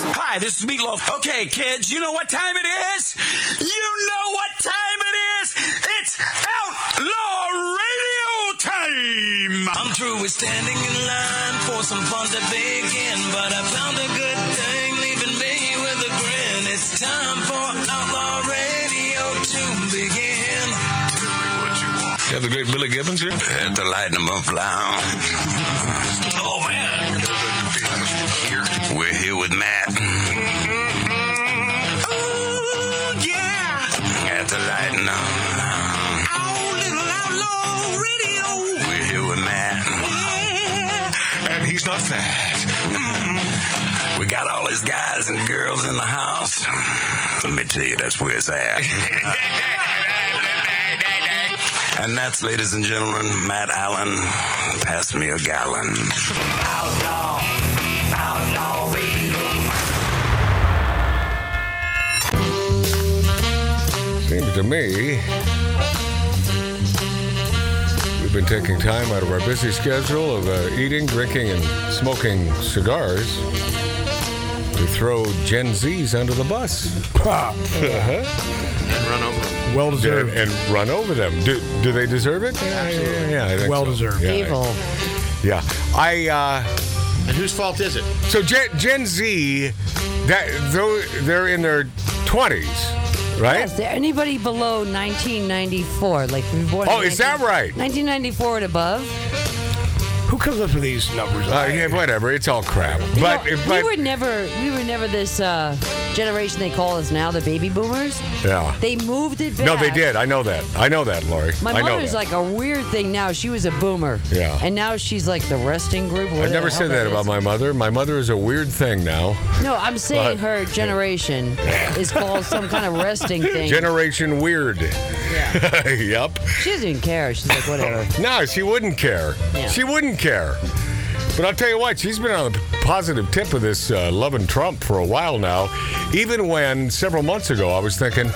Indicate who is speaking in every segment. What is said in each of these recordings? Speaker 1: Hi, this is Meatloaf. Okay, kids, you know what time it is? You know what time it is? It's Outlaw Radio time! I'm through with standing in line for some fun to begin, but I found a good thing leaving me with a grin. It's time for Outlaw Radio to begin.
Speaker 2: You have the great Billy Gibbons here?
Speaker 1: At the Lightning Buff Lounge. oh, man. We're here with Matt. Ooh, Oh, yeah. At the Lightning Lounge. Oh, little outlaw radio. We're here with Matt.
Speaker 2: And he's not fat.
Speaker 1: We got all these guys and girls in the house. Let me tell you, that's where it's at. and that's, ladies and gentlemen, Matt Allen. Pass me a gallon.
Speaker 2: Seems to me we've been taking time out of our busy schedule of uh, eating, drinking, and smoking cigars to throw Gen Zs under the bus
Speaker 3: Well
Speaker 2: and,
Speaker 3: deserved.
Speaker 2: and run over them. Do, do they deserve it? Yeah, yeah, yeah, I think
Speaker 3: Well
Speaker 2: so.
Speaker 3: deserved.
Speaker 2: Yeah, I-
Speaker 4: Evil.
Speaker 2: Yeah, I. Uh,
Speaker 5: And whose fault is it?
Speaker 2: So Gen, Gen Z, that though they're in their twenties, right?
Speaker 4: Yes, there- anybody below 1994, like we were born.
Speaker 2: Oh,
Speaker 4: in
Speaker 2: is that right?
Speaker 4: 1994 and above.
Speaker 3: Who comes up with these numbers?
Speaker 2: Uh, yeah, whatever. It's all crap.
Speaker 4: You
Speaker 2: But
Speaker 4: know,
Speaker 2: but
Speaker 4: we were never, we were never this uh, generation they call us now, the baby boomers.
Speaker 2: yeah.
Speaker 4: They moved it back.
Speaker 2: No, they did. I know that. I know that, Lori.
Speaker 4: My
Speaker 2: I know
Speaker 4: mother's
Speaker 2: that.
Speaker 4: like a weird thing now. She was a boomer.
Speaker 2: Yeah.
Speaker 4: And now she's like the resting group.
Speaker 2: I never said that about my mother. My mother is a weird thing now.
Speaker 4: No, I'm saying
Speaker 2: But-
Speaker 4: her generation is called some kind of resting thing.
Speaker 2: Generation weird. Yeah. yep.
Speaker 4: she doesn't even care. She's like, whatever.
Speaker 2: No, she wouldn't care.
Speaker 4: Yeah.
Speaker 2: She wouldn't care. But I'll tell you what, she's been on the positive tip of this uh, loving Trump for a while now. Even when several months ago I was thinking,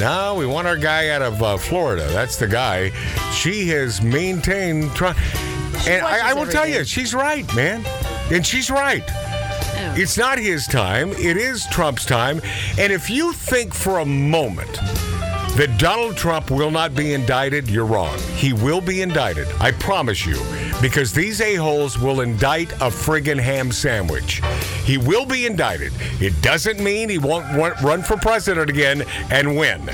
Speaker 2: no, we want our guy out of uh, Florida. That's the guy. She has maintained Trump. And I, I
Speaker 4: watches
Speaker 2: will tell you,
Speaker 4: everything. Oh.
Speaker 2: she's right, man. And she's right. It's not his time. It is Trump's time. And if you think for a moment that Donald Trump will not be indicted, you're wrong. He will be indicted. I promise you. Because these a-holes will indict a friggin' ham sandwich. He will be indicted. It doesn't mean he won't wa- run for president again and win.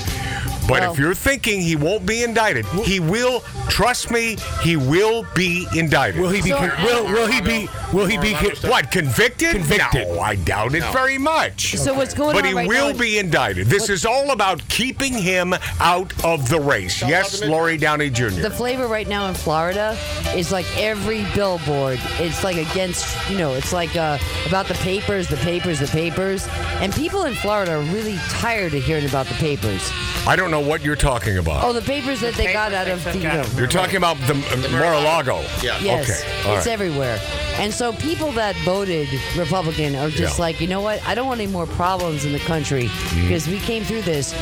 Speaker 2: But
Speaker 4: Well-
Speaker 2: if you're thinking he won't be indicted, he will. Trust me, he will be indicted.
Speaker 3: Will he be?
Speaker 4: So-
Speaker 3: con- will will he be? Will he be? con-
Speaker 2: What convicted?
Speaker 3: Convicted.
Speaker 2: No, I doubt it very much.
Speaker 4: So what's going
Speaker 2: But
Speaker 4: on
Speaker 2: he
Speaker 4: right
Speaker 2: will
Speaker 4: now-
Speaker 2: be indicted. This is all about keeping him out of the race. Yes, Lori Downey Jr.
Speaker 4: The flavor right now in Florida is like every billboard. It's like against, you know, it's like uh, about the papers, the papers, the papers. And people in Florida are really tired of hearing about the papers.
Speaker 2: I don't know what you're talking
Speaker 4: Oh,
Speaker 2: about.
Speaker 4: the papers that they got out of the. you know,
Speaker 2: You're talking about the uh, Mar-a-Lago.
Speaker 5: Yeah.
Speaker 4: Yes,
Speaker 2: Okay. All
Speaker 4: it's
Speaker 2: right.
Speaker 4: everywhere. And so people that voted Republican are just
Speaker 2: Yeah. Mm-hmm.
Speaker 4: like, you know what? I don't want any more problems in the country because we came through this.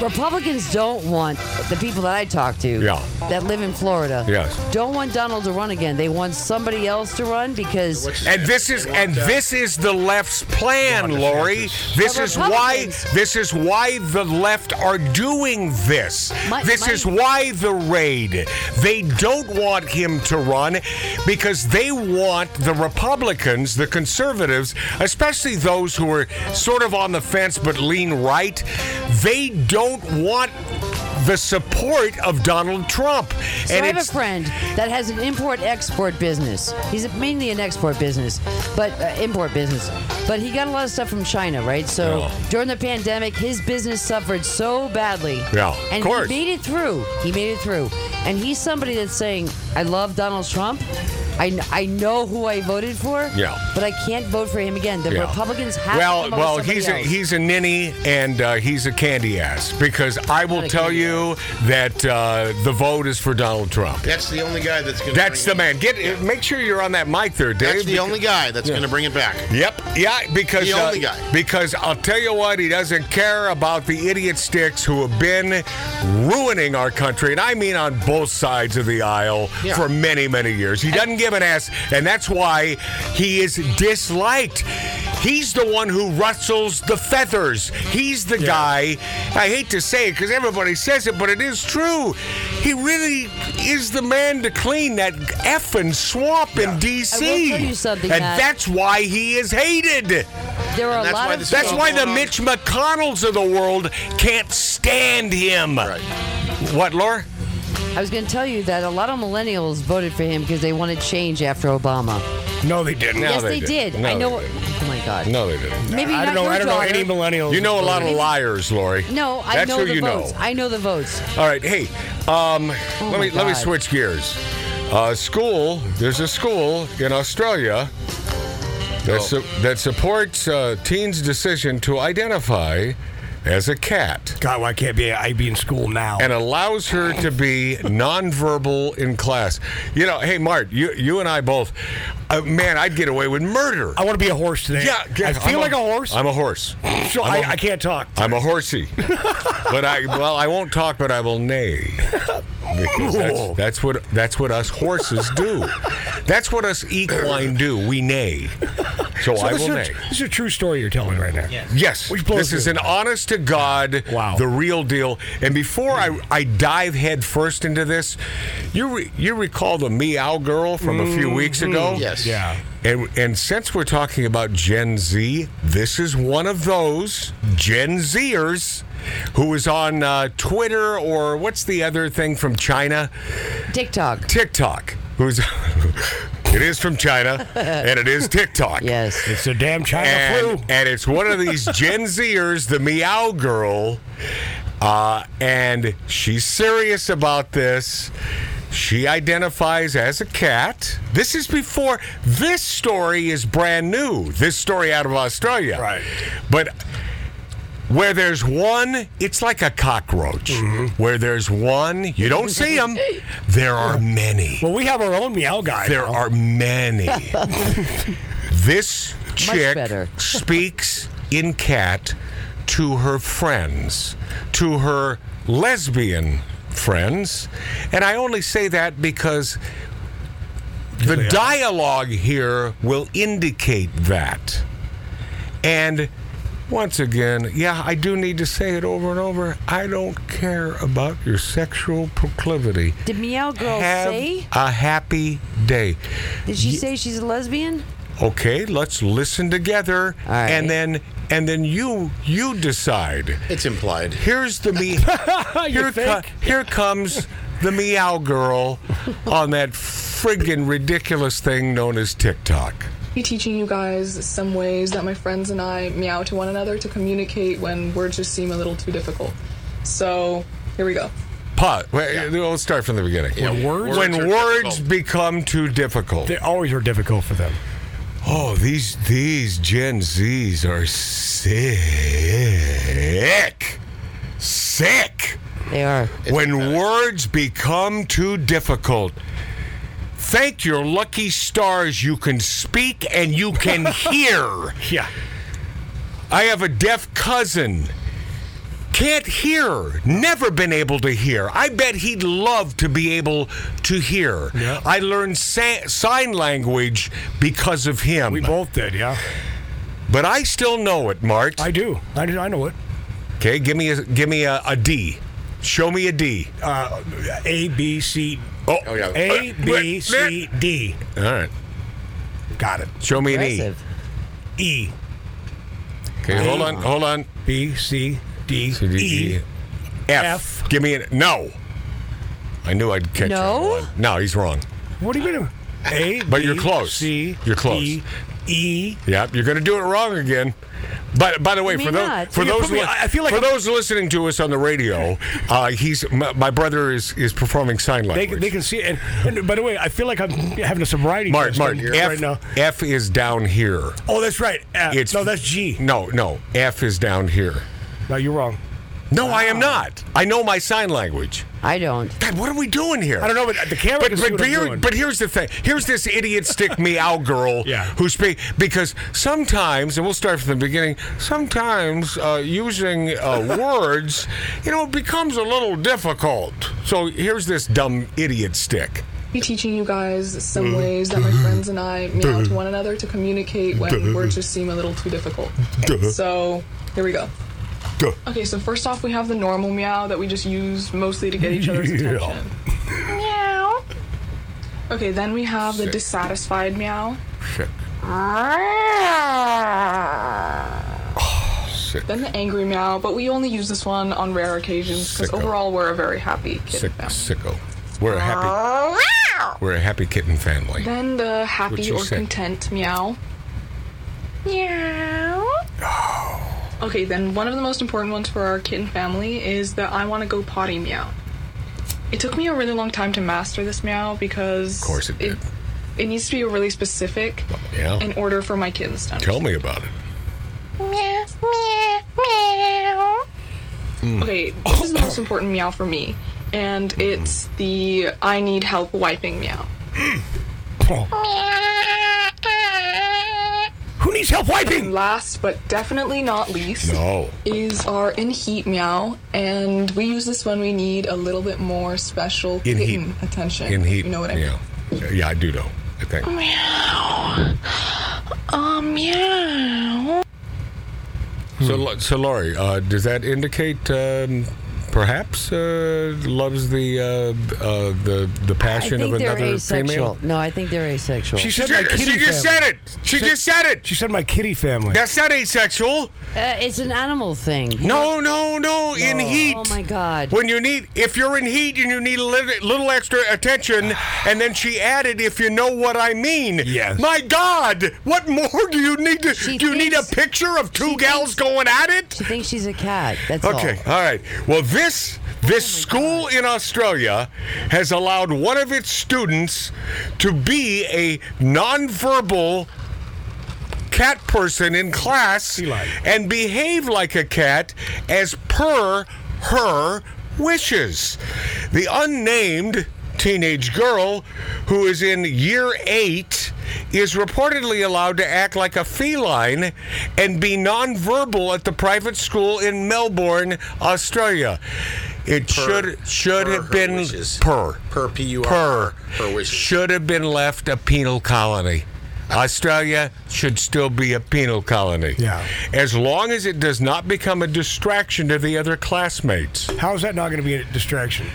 Speaker 4: Republicans don't want the people that I talk to
Speaker 2: Yeah.
Speaker 4: that live in Florida.
Speaker 2: Yes.
Speaker 4: Don't want Donald to run again. They want somebody else to run because
Speaker 2: And this is and this is the left's plan, Lori. This
Speaker 4: The
Speaker 2: is why
Speaker 4: Republicans.
Speaker 2: this is why the left are doing this.
Speaker 4: My-
Speaker 2: this
Speaker 4: my-
Speaker 2: is why the raid. They don't want him to run because they want the Republicans, the conservatives, especially those who are sort of on the fence but lean right, they don't want the support of Donald Trump.
Speaker 4: So I have a friend that has an import-export business. He's mainly an export business, but uh, import business. But he got a lot of stuff from China, right? So
Speaker 2: Yeah.
Speaker 4: during the pandemic, his business suffered so badly.
Speaker 2: Yeah, of
Speaker 4: and
Speaker 2: course.
Speaker 4: he made it through. He made it through. And he's somebody that's saying, "I love Donald Trump." I, kn- I know who I voted for,
Speaker 2: Yeah.
Speaker 4: but I can't vote for him again. The
Speaker 2: Yeah.
Speaker 4: Republicans have
Speaker 2: well,
Speaker 4: to come up
Speaker 2: well,
Speaker 4: with somebody
Speaker 2: he's a,
Speaker 4: else.
Speaker 2: he's a ninny and uh, he's a candy ass because I will
Speaker 4: Not a
Speaker 2: tell
Speaker 4: candy
Speaker 2: you that uh, the vote is for Donald Trump.
Speaker 5: That's the only guy that's going to.
Speaker 2: That's the man. Get make sure you're on that mic there, Dave.
Speaker 5: That's the only guy that's going to bring it back.
Speaker 2: Yep. Yeah, because uh,
Speaker 5: The only guy.
Speaker 2: because I'll tell you what, he doesn't care about the idiot sticks who have been ruining our country, and I mean on both sides of the aisle
Speaker 5: Yeah.
Speaker 2: for many, many years. He doesn't give an ass, and that's why he is disliked. He's the one who rustles the feathers. He's the guy. I hate to say it because everybody says it, but it is true. He really is the man to clean that effing swamp in D.C.
Speaker 4: I will tell you something,
Speaker 2: and
Speaker 4: Matt.
Speaker 2: that's why he is hated.
Speaker 4: There are a
Speaker 5: that's
Speaker 4: lot
Speaker 5: why
Speaker 4: of
Speaker 5: this
Speaker 2: That's
Speaker 5: So
Speaker 2: why the
Speaker 5: hold on.
Speaker 2: Mitch McConnells of the world can't stand him.
Speaker 5: Right.
Speaker 2: What, Laura?
Speaker 4: I was going to tell you that a lot of millennials voted for him because they wanted change after Obama.
Speaker 3: No, they didn't.
Speaker 2: No,
Speaker 4: yes,
Speaker 2: they
Speaker 4: they,
Speaker 2: did.
Speaker 4: did.
Speaker 2: No,
Speaker 4: I
Speaker 2: they
Speaker 4: know.
Speaker 2: didn't.
Speaker 4: Oh my God.
Speaker 2: No, they didn't.
Speaker 4: Maybe
Speaker 3: I
Speaker 4: not
Speaker 3: don't know.
Speaker 4: your
Speaker 3: I don't know
Speaker 4: daughter.
Speaker 3: any millennials.
Speaker 2: You know a lot of
Speaker 4: Maybe-
Speaker 2: liars, Lori.
Speaker 4: No, I
Speaker 2: That's
Speaker 4: know
Speaker 2: who
Speaker 4: the
Speaker 2: you
Speaker 4: votes.
Speaker 2: know.
Speaker 4: I know the votes.
Speaker 2: All right, hey, um, let
Speaker 4: Oh my
Speaker 2: me let me
Speaker 4: God.
Speaker 2: switch gears. Uh, school, there's a school in Australia that su- that supports uh, teens' decision to identify as a cat
Speaker 3: God, why can't be I be in school now?
Speaker 2: and allows her to be nonverbal in class. You know, hey, Mart, you you and I both, uh, man, I'd get away with murder.
Speaker 3: I want to be a horse today.
Speaker 2: Yeah,
Speaker 3: Oh, I
Speaker 2: I'm
Speaker 3: feel like a horse.
Speaker 2: I'm a horse.
Speaker 3: so
Speaker 2: I'm
Speaker 3: I
Speaker 2: a-
Speaker 3: I I can't talk.
Speaker 2: I'm a horsey, but I well I won't talk, but I will neigh. Because that's, that's what that's what us horses do. That's what us equine do. We neigh. So,
Speaker 3: So
Speaker 2: I
Speaker 3: this,
Speaker 2: will
Speaker 3: is
Speaker 2: neigh.
Speaker 3: a, this is a true story you're telling right now.
Speaker 2: Yes,
Speaker 3: Which blows
Speaker 2: this is
Speaker 3: me
Speaker 2: an honest to God,
Speaker 3: Wow.
Speaker 2: the real deal. And before I, I dive head first into this, you re, you recall the meow girl from a few weeks ago?
Speaker 5: Yes.
Speaker 3: Yeah.
Speaker 2: And, and since we're talking about Gen Z, this is one of those Gen Zers who is on uh, Twitter or what's the other thing from China?
Speaker 4: TikTok.
Speaker 2: TikTok. Who's it is from China and it is TikTok.
Speaker 4: Yes.
Speaker 3: It's a damn China
Speaker 2: And,
Speaker 3: flu.
Speaker 2: and it's one of these Gen Zers, the meow girl, uh, and she's serious about this. She identifies as a cat. This is before. This story is brand new. This story out of Australia.
Speaker 3: Right.
Speaker 2: But where there's one, it's like a cockroach.
Speaker 3: Mm-hmm.
Speaker 2: Where there's one, you don't see them. There are many.
Speaker 3: Well, we have our own meow guy.
Speaker 2: There
Speaker 3: now.
Speaker 2: are many. this chick
Speaker 4: better.
Speaker 2: speaks in cat to her friends, to her lesbian friends. And I only say that because the dialogue here will indicate that. And once again, yeah, I do need to say it over and over. I don't care about your sexual proclivity.
Speaker 4: Did Meow Girl
Speaker 2: Have
Speaker 4: say?
Speaker 2: a happy day.
Speaker 4: Did she say she's a lesbian?
Speaker 2: Okay, let's listen together,
Speaker 4: All right.
Speaker 2: and then and then you you decide.
Speaker 5: It's implied.
Speaker 2: Here's the me. here, co- here comes the meow girl on that friggin' ridiculous thing known as TikTok.
Speaker 6: be teaching you guys some ways that my friends and I meow to one another to communicate when words just seem a little too difficult. So here we go.
Speaker 2: Pot. Well, We'll start from the beginning.
Speaker 5: When words
Speaker 2: when
Speaker 5: are
Speaker 2: words
Speaker 5: difficult.
Speaker 2: become too difficult.
Speaker 3: They always are difficult for them.
Speaker 2: Oh, these these Gen Zs are sick, sick.
Speaker 4: They are.
Speaker 2: when words become too difficult, thank your lucky stars you can speak and you can hear.
Speaker 3: Yeah.
Speaker 2: I have a deaf cousin. Can't hear, never been able to hear. I bet he'd love to be able to hear.
Speaker 3: Yeah.
Speaker 2: I learned sa- sign language because of him.
Speaker 3: We both did, yeah.
Speaker 2: but I still know it, Mart.
Speaker 3: I do. I, do- I know it.
Speaker 2: okay, give me a give me a, a D. Show me a D.
Speaker 3: Uh, a, B, C.
Speaker 2: Oh,
Speaker 5: yeah.
Speaker 3: A, B,
Speaker 2: Wait,
Speaker 3: C, D.
Speaker 2: All right.
Speaker 3: Got it.
Speaker 2: Show me an E.
Speaker 4: Impressive.
Speaker 3: E,
Speaker 2: Okay, hold on, hold on.
Speaker 3: B, C, D,
Speaker 2: C, D, E.
Speaker 3: E.
Speaker 2: F.
Speaker 3: F.
Speaker 2: Give me an no. I knew I'd catch
Speaker 4: No?
Speaker 2: him on. No, he's wrong.
Speaker 3: What do you mean? A,
Speaker 2: But you're
Speaker 3: B,
Speaker 2: close.
Speaker 3: C,
Speaker 2: You're close.
Speaker 3: D, E.
Speaker 2: Yep, you're going to do it wrong again. But by the way,
Speaker 4: may
Speaker 2: for those
Speaker 4: not.
Speaker 2: for
Speaker 4: You
Speaker 2: those
Speaker 3: put me-
Speaker 2: li-
Speaker 3: I- I feel like
Speaker 2: for
Speaker 3: I'm-
Speaker 2: those listening to us on the radio, uh, he's my, my brother is is performing sign
Speaker 3: They,
Speaker 2: language.
Speaker 3: they can see it. And, and by the way, I feel like I'm having a sobriety
Speaker 2: Mark,
Speaker 3: test
Speaker 2: Mark,
Speaker 3: on-
Speaker 2: F,
Speaker 3: right now.
Speaker 2: F is down here.
Speaker 3: Oh, that's right. F.
Speaker 2: It's
Speaker 3: no, that's G.
Speaker 2: No, no, F is down here.
Speaker 3: No, you're wrong.
Speaker 2: No, I am not. I know my sign language.
Speaker 4: I don't.
Speaker 2: God, what are we doing here?
Speaker 3: I don't know, but the camera
Speaker 2: But,
Speaker 3: can see
Speaker 2: but,
Speaker 3: what
Speaker 2: but
Speaker 3: I'm
Speaker 2: here,
Speaker 3: doing.
Speaker 2: but here's the thing. Here's this idiot stick meow girl
Speaker 3: Yeah.
Speaker 2: who speak because sometimes, and we'll start from the beginning. Sometimes uh, using uh, words, you know, it becomes a little difficult. So here's this dumb idiot stick.
Speaker 6: be teaching you guys some ways that my friends and I meow to one another to communicate when words just seem a little too difficult. So here we go. Okay, so first off, we have the normal meow that we just use mostly to get each other's attention. Meow. Okay, then we have the dissatisfied meow.
Speaker 2: Sick. Sick.
Speaker 6: Then the angry meow, but we only use this one on rare occasions because
Speaker 2: Sicko.
Speaker 6: overall we're a very happy kid.
Speaker 2: Sick. Sicko. We're a happy. We're a happy kitten family.
Speaker 6: Then the happy
Speaker 2: you
Speaker 6: or
Speaker 2: say?
Speaker 6: content meow. Meow. Okay, then one of the most important ones for our kitten family is the I want to go potty meow. It took me a really long time to master this meow because. Of
Speaker 2: course it did.
Speaker 6: It, needs to be really specific
Speaker 2: Yeah.
Speaker 6: in order for my kittens to
Speaker 2: Tell me about it.
Speaker 6: Okay, this is the most important meow for me, and
Speaker 2: Mm.
Speaker 6: it's the I need help wiping meow.
Speaker 3: Who needs help wiping?
Speaker 6: And last but definitely not least
Speaker 2: No.
Speaker 6: is our in heat meow, and we use this when we need a little bit more special
Speaker 2: In heat.
Speaker 6: kitten attention.
Speaker 2: In heat.
Speaker 6: you know what I mean?
Speaker 2: yeah. Yeah, I do know. I think.
Speaker 6: meow.
Speaker 2: So, Lo- so Laurie, uh, does that indicate um, perhaps uh, loves the uh, uh, the the
Speaker 4: I
Speaker 2: passion
Speaker 4: think
Speaker 2: of
Speaker 4: they're
Speaker 2: another
Speaker 4: asexual.
Speaker 2: female?
Speaker 4: No, I think they're asexual.
Speaker 3: She said my kitty family.
Speaker 2: it. She just said it.
Speaker 3: She said my kitty family.
Speaker 2: That's not asexual.
Speaker 4: Uh, it's an animal thing.
Speaker 2: No, no, no. In heat.
Speaker 4: Oh my God.
Speaker 2: When you need, if you're in heat and you need a little, little extra attention, and then she added, "If you know what I mean."
Speaker 3: Yes.
Speaker 2: My God, what more do you need? To,
Speaker 4: She
Speaker 2: do you need a
Speaker 4: thinks-
Speaker 2: picture of two
Speaker 4: she
Speaker 2: gals
Speaker 4: thinks-
Speaker 2: going at it?
Speaker 4: She thinks she's a cat. That's
Speaker 2: Okay, all right. Well, this this school in Australia has allowed one of its students to be a nonverbal cat person in class
Speaker 3: Eli.
Speaker 2: and behave like a cat as per her wishes. The unnamed teenage girl who is in year 8 is reportedly allowed to act like a feline and be nonverbal at the private school in Melbourne, Australia. It should should
Speaker 5: per
Speaker 2: have
Speaker 5: her
Speaker 2: been
Speaker 5: wishes.
Speaker 2: per
Speaker 5: Per PUR.
Speaker 2: per
Speaker 5: Her wishes.
Speaker 2: should have been left a penal colony. Australia should still be a penal colony.
Speaker 3: Yeah.
Speaker 2: As long as it does not become a distraction to the other classmates.
Speaker 3: How is that not going to be a distraction?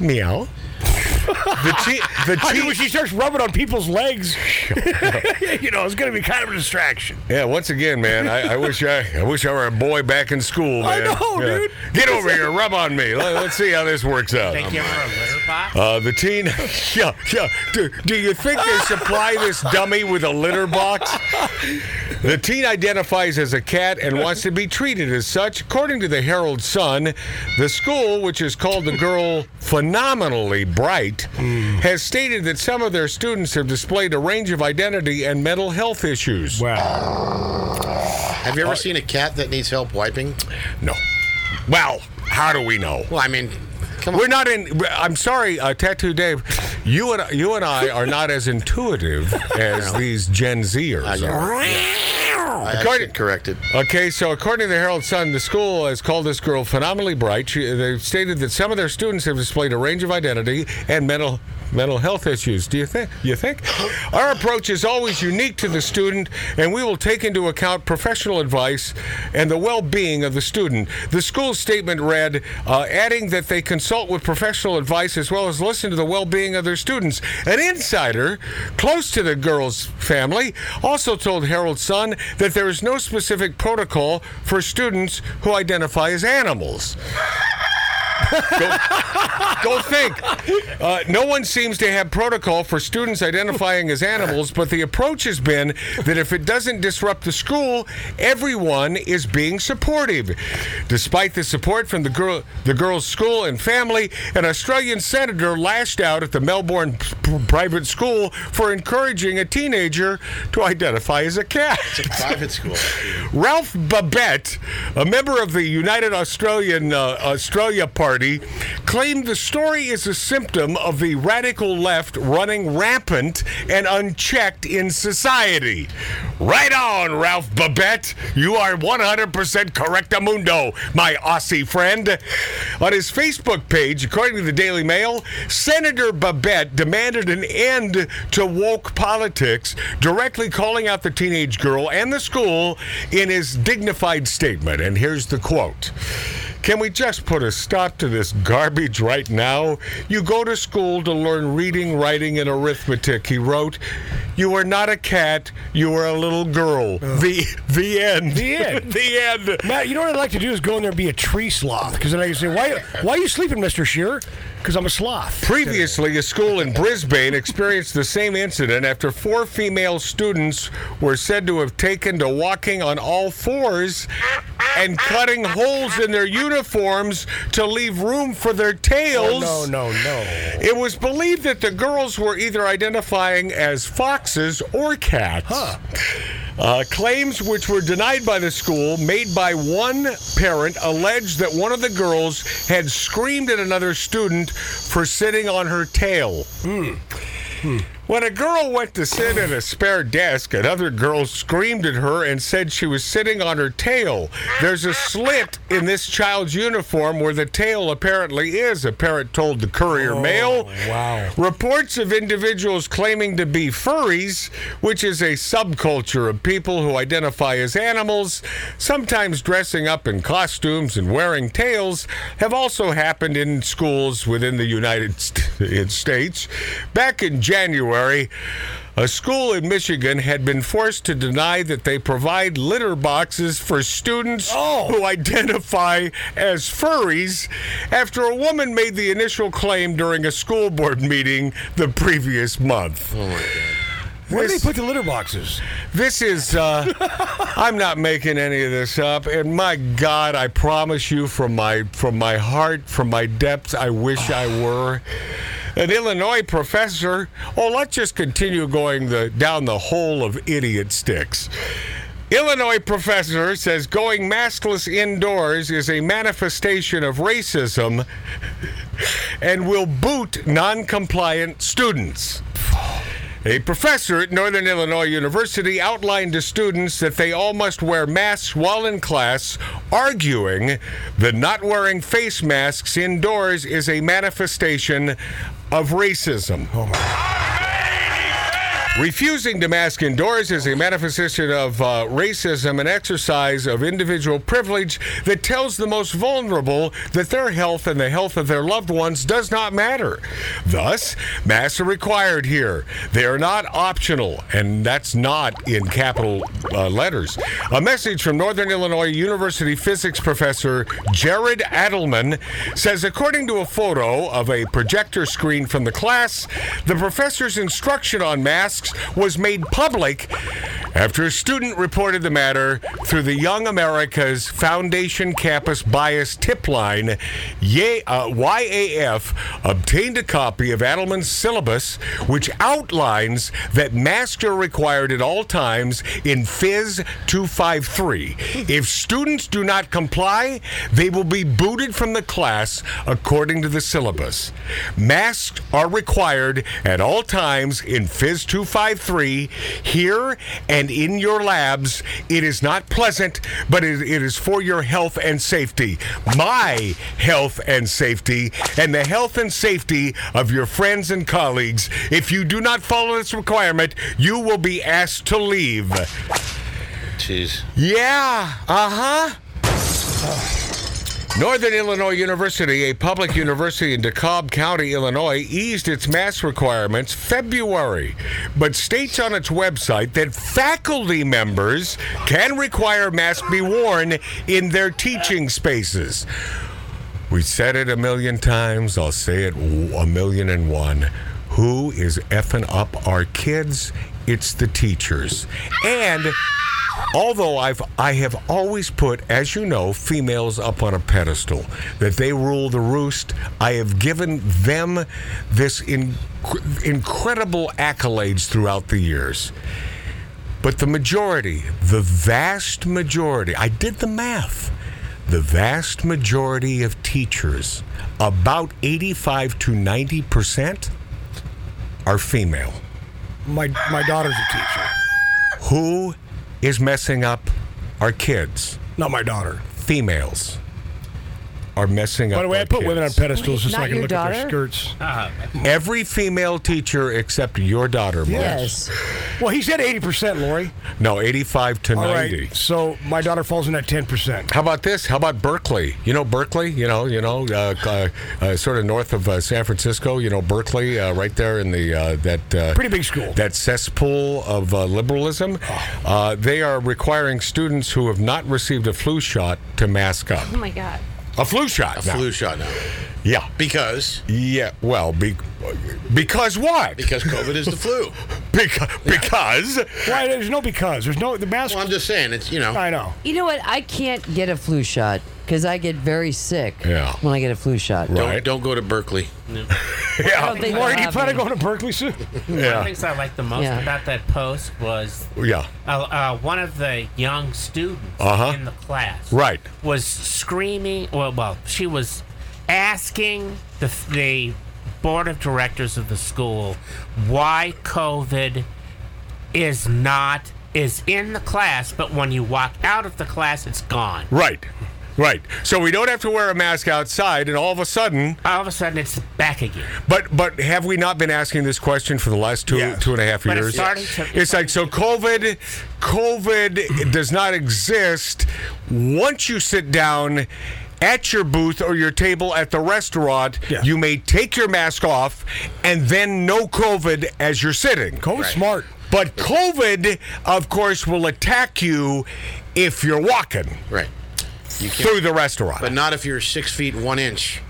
Speaker 2: Meow. the te- the
Speaker 3: I mean,
Speaker 2: te-
Speaker 3: when she starts rubbing on people's legs, you know, it's going to be kind of a distraction.
Speaker 2: Yeah, once again, man. I, I wish I, I wish I were a boy back in school,
Speaker 3: I
Speaker 2: man.
Speaker 3: know,
Speaker 2: Yeah.
Speaker 3: dude.
Speaker 2: Get over here, rub on me. Let, let's see how this works out. Uh, the teen, yeah, yeah. Do, do you think they supply this dummy with a litter box? The teen identifies as a cat and wants to be treated as such. According to the Herald Sun, the school, which has called the girl phenomenally bright, has stated that some of their students have displayed a range of identity and mental health issues.
Speaker 3: Wow.
Speaker 5: Have you ever seen a cat that needs help wiping?
Speaker 2: No. Well, how do we know?
Speaker 5: Well, I mean, come on.
Speaker 2: We're not in. I'm sorry, uh, Tattoo Dave. You and you and I are not as intuitive as these Gen Zers.
Speaker 5: know.
Speaker 2: Are.
Speaker 5: I
Speaker 2: According-
Speaker 5: got corrected.
Speaker 2: Okay, so according to the Herald Sun, the school has called this girl phenomenally bright. She, they've stated that some of their students have displayed a range of identity and mental mental health issues. Do you think? You think? Our approach is always unique to the student, and we will take into account professional advice and the well-being of the student. The school's statement read, uh, adding that they consult with professional advice as well as listen to the well-being of their students. An insider close to the girl's family also told Herald Sun that there is no specific protocol for students who identify as animals. go, go think. Uh, no one seems to have protocol for students identifying as animals, but the approach has been that if it doesn't disrupt the school, everyone is being supportive. Despite the support from the girl, the girl's school and family, an Australian senator lashed out at the Melbourne p- p- private school for encouraging a teenager to identify as a cat.
Speaker 5: Private school.
Speaker 2: Ralph Babette, a member of the United Australian uh, Australia Party, claimed the story is a symptom of the radical left running rampant and unchecked in society. Right on, Ralph Babette. You are 100% correct, Amundo, my Aussie friend. On his Facebook page, according to the Daily Mail, Senator Babette demanded an end to woke politics, directly calling out the teenage girl and the school in his dignified statement. And here's the quote. Can we just put a stop to this garbage right now? You go to school to learn reading, writing, and arithmetic, he wrote. You are not a cat, you are a little girl. The the end.
Speaker 3: Oh. The end.
Speaker 2: the end.
Speaker 3: Matt, you know what I'd like to do is go in there and be a tree sloth. Because then I can say, why, why are you sleeping, Mr. Shearer? Because I'm a sloth.
Speaker 2: Previously, a school in Brisbane experienced the same incident after four female students were said to have taken to walking on all fours and cutting holes in their uniforms to leave room for their tails.
Speaker 3: Oh, No, no, no.
Speaker 2: It was believed that the girls were either identifying as foxes or cats. Uh, claims which were denied by the school, made by one parent, alleged that one of the girls had screamed at another student for sitting on her tail. When a girl went to sit at a spare desk, another girl screamed at her and said she was sitting on her tail. There's a slit in this child's uniform where the tail apparently is, a parent told the Courier Mail.
Speaker 3: wow.
Speaker 2: Reports of individuals claiming to be furries, which is a subculture of people who identify as animals, sometimes dressing up in costumes and wearing tails, have also happened in schools within the United St- States. Back in January, a school in Michigan had been forced to deny that they provide litter boxes for students who identify as furries after a woman made the initial claim during a school board meeting the previous month.
Speaker 3: Where do they
Speaker 2: This-
Speaker 3: put the litter boxes?
Speaker 2: This is, uh, I'm not making any of this up. And my God, I promise you from my, from my heart, from my depths, I wish I were. An Illinois professor, oh, let's just continue going the, down the hole of idiot sticks. Illinois professor says going maskless indoors is a manifestation of racism and will boot non compliant students. A professor at Northern Illinois University outlined to students that they all must wear masks while in class, arguing that not wearing face masks indoors is a manifestation of racism. Refusing to mask indoors is a manifestation of uh, racism, an exercise of individual privilege that tells the most vulnerable that their health and the health of their loved ones does not matter. Thus, masks are required here. They are not optional, and that's not in capital uh, letters. A message from Northern Illinois University physics professor Jared Adelman says, according to a photo of a projector screen from the class, the professor's instruction on masks was made public after a student reported the matter through the Young America's Foundation Campus Bias tip line. Yay, uh, YAF obtained a copy of Adelman's syllabus, which outlines that masks are required at all times in Phys 253. If students do not comply, they will be booted from the class according to the syllabus. Masks are required at all times in Phys 253 here and in your labs. It is not pleasant, but it, it is for your health and safety. My health and safety, and the health and safety of your friends and colleagues. If you do not follow this requirement, you will be asked to leave.
Speaker 5: Jeez.
Speaker 2: Yeah, uh huh. Northern Illinois University, a public university in DeKalb County, Illinois, eased its mask requirements February, but states on its website that faculty members can require masks be worn in their teaching spaces. We said it a million times, I'll say it w- a million and one. Who is effing up our kids? It's the teachers. And although I've I have always put, as you know, females up on a pedestal, that they rule the roost, I have given them this in, incredible accolades throughout the years. But the majority, the vast majority, I did the math. The vast majority of teachers, about 85 to 90%, are female.
Speaker 3: My my daughter's a teacher.
Speaker 2: Who is messing up our kids.
Speaker 3: Not my daughter.
Speaker 2: Females are messing up.
Speaker 3: By the way,
Speaker 2: our
Speaker 3: I put
Speaker 2: kids.
Speaker 3: women on pedestals just so
Speaker 4: Not
Speaker 3: I can
Speaker 4: your
Speaker 3: look at their
Speaker 4: daughter?
Speaker 3: skirts.
Speaker 2: Every female teacher except your daughter, Mark.
Speaker 4: Yes.
Speaker 3: Well, he said 80%, Lori.
Speaker 2: No, 85 to
Speaker 3: All right.
Speaker 2: 90.
Speaker 3: So my daughter falls in that 10%.
Speaker 2: How about this? How about Berkeley? You know Berkeley. You know, you know, uh, uh, uh, sort of north of uh, San Francisco. You know Berkeley, uh, right there in the uh, that uh,
Speaker 3: Pretty big school. Oh.
Speaker 2: that cesspool of uh, liberalism. Uh, they are requiring students who have not received a flu shot to mask up.
Speaker 7: Oh my god.
Speaker 2: A flu shot.
Speaker 5: A
Speaker 2: now.
Speaker 5: flu shot now.
Speaker 2: Yeah.
Speaker 5: Because
Speaker 2: Yeah. Well, be- because what?
Speaker 5: because COVID is the flu.
Speaker 2: Beca- because
Speaker 3: Why? There's no because. There's no the mask.
Speaker 5: Well, I'm just saying it's you know.
Speaker 3: I know.
Speaker 4: You know what? I can't get a flu shot because I get very sick
Speaker 2: Yeah.
Speaker 4: when I get a flu shot.
Speaker 5: Don't
Speaker 2: Right.
Speaker 5: don't go to Berkeley.
Speaker 4: I don't think
Speaker 3: Lori,
Speaker 4: they'll
Speaker 3: do you
Speaker 4: have
Speaker 3: plan on
Speaker 4: me.
Speaker 3: going to Berkeley soon?
Speaker 8: One of the
Speaker 2: yeah,
Speaker 8: things I liked the most
Speaker 4: Yeah.
Speaker 8: about that post was
Speaker 2: yeah,
Speaker 8: uh, uh, one of the young students
Speaker 2: Uh-huh.
Speaker 8: in the class
Speaker 2: right.
Speaker 8: was screaming. Well, well, she was asking the the board of directors of the school why COVID is not is in the class, but when you walk out of the class, it's gone.
Speaker 2: Right. Right. So we don't have to wear a mask outside, and all of a sudden,
Speaker 8: All of a sudden, it's back again.
Speaker 2: but but have we not been asking this question for the last two
Speaker 3: Yes.
Speaker 2: two and a half
Speaker 8: But it's
Speaker 2: years?
Speaker 8: starting to-
Speaker 2: it's like so. COVID, COVID does not exist once you sit down. At your booth or your table at the restaurant,
Speaker 3: Yeah.
Speaker 2: you may take your mask off and then no COVID as you're sitting.
Speaker 3: Go smart.
Speaker 2: But COVID, of course, will attack you if you're walking
Speaker 5: Right. You can't.
Speaker 2: through the restaurant.
Speaker 5: But not if you're six feet one inch.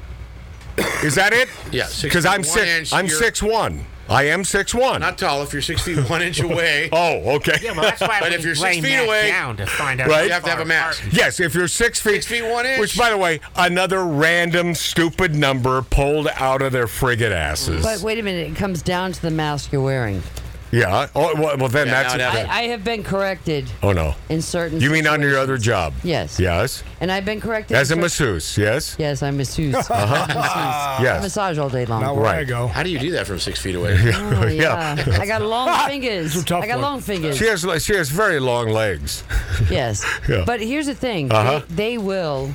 Speaker 2: Is that it?
Speaker 5: Yeah, six
Speaker 2: Because
Speaker 5: feet
Speaker 2: I'm
Speaker 5: one
Speaker 2: six.
Speaker 5: inch,
Speaker 2: I'm
Speaker 5: you're-
Speaker 2: six one. I am six one.
Speaker 5: Not tall. If you're six feet one inch away,
Speaker 2: oh, okay.
Speaker 8: Yeah, well, that's why
Speaker 5: But
Speaker 8: we
Speaker 5: if you're six
Speaker 8: lay
Speaker 5: feet
Speaker 8: Mac
Speaker 5: away,
Speaker 8: down to find out
Speaker 2: right?
Speaker 8: how
Speaker 2: You have to
Speaker 8: far
Speaker 5: have a mask.
Speaker 8: apart-
Speaker 2: Yes, if you're six feet,
Speaker 5: Six feet, one inch.
Speaker 2: Which, by the way, another random stupid number pulled out of their friggin' asses.
Speaker 4: But wait a minute, it comes down to the mask you're wearing.
Speaker 2: yeah. Oh, well, well, then
Speaker 5: Yeah,
Speaker 2: that's.
Speaker 5: now it
Speaker 2: that-
Speaker 5: happened.
Speaker 4: I, I have been corrected
Speaker 2: oh no.
Speaker 4: in certain.
Speaker 2: You mean on your other
Speaker 4: situations.
Speaker 2: job?
Speaker 4: Yes.
Speaker 2: Yes.
Speaker 4: And I've been corrected
Speaker 2: As a Uh-huh.
Speaker 4: in cer-
Speaker 2: masseuse. Yes.
Speaker 4: Yes, I'm masseuse. masseuse.
Speaker 2: Yes.
Speaker 4: Massage all day long.
Speaker 3: Now where
Speaker 2: Right.
Speaker 3: I go.
Speaker 5: how do you do that from six feet away?
Speaker 4: Oh, yeah. I got long
Speaker 3: It's
Speaker 4: fingers.
Speaker 3: a tough
Speaker 4: I got
Speaker 3: one.
Speaker 4: long fingers.
Speaker 2: She has she has very long legs.
Speaker 4: Yes.
Speaker 2: Yeah.
Speaker 4: But here's the thing.
Speaker 2: Uh-huh.
Speaker 4: They, they will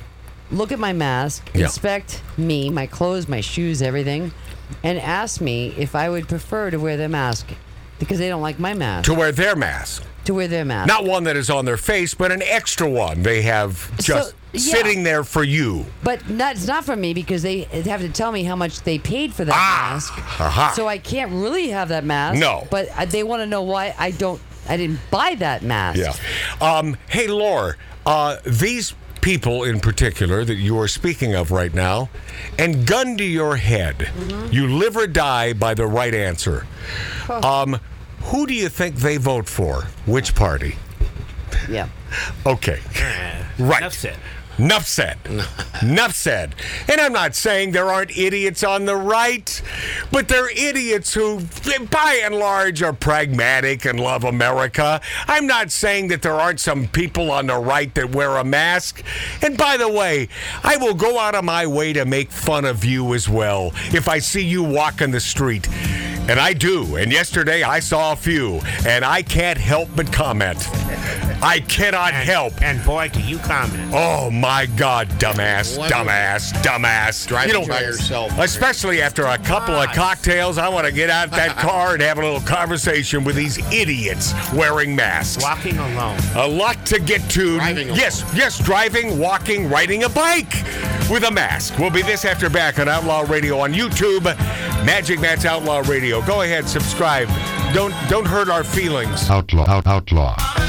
Speaker 4: look at my mask,
Speaker 2: Yeah.
Speaker 4: inspect me, my clothes, my shoes, everything, and ask me if I would prefer to wear the mask because they don't like my mask
Speaker 2: To wear their mask.
Speaker 4: to wear their mask.
Speaker 2: Not one that is on their face, but an extra one they have just
Speaker 4: yeah.
Speaker 2: sitting there for you.
Speaker 4: But not, it's not from me because they have to tell me how much they paid for that
Speaker 2: Ah,
Speaker 4: mask.
Speaker 2: aha.
Speaker 4: So I can't really have that mask.
Speaker 2: No.
Speaker 4: But I, they want to know why I don't. I didn't buy that mask.
Speaker 2: Yeah. Um, hey, Laura, uh, these people in particular that you are speaking of right now, and gun to your head, you live or die by the right answer. Um, who do you think they vote for? Which party?
Speaker 4: Yeah.
Speaker 2: Okay. Right.
Speaker 8: Enough said.
Speaker 2: Enough said. Enough said. And I'm not saying there aren't idiots on the right, but they're idiots who, by and large, are pragmatic and love America. I'm not saying that there aren't some people on the right that wear a mask. And by the way, I will go out of my way to make fun of you as well if I see you walking the street. And I do. And yesterday I saw a few, and I can't help but comment. I cannot help.
Speaker 8: And boy, do you comment.
Speaker 2: Oh my God, dumbass,
Speaker 5: What?
Speaker 2: dumbass, dumbass.
Speaker 5: Driving by yourself.
Speaker 2: Especially after a couple of cocktails, I want to get out that car and have a little conversation with these idiots wearing masks.
Speaker 8: Walking alone.
Speaker 2: A lot to get to.
Speaker 5: Driving alone.
Speaker 2: yes, yes, driving, walking, riding a bike with a mask. We'll be this after back on Outlaw Radio on YouTube, Magic Matt's Outlaw Radio. Go ahead, subscribe. Don't don't hurt our feelings.
Speaker 9: Outlaw, out, outlaw.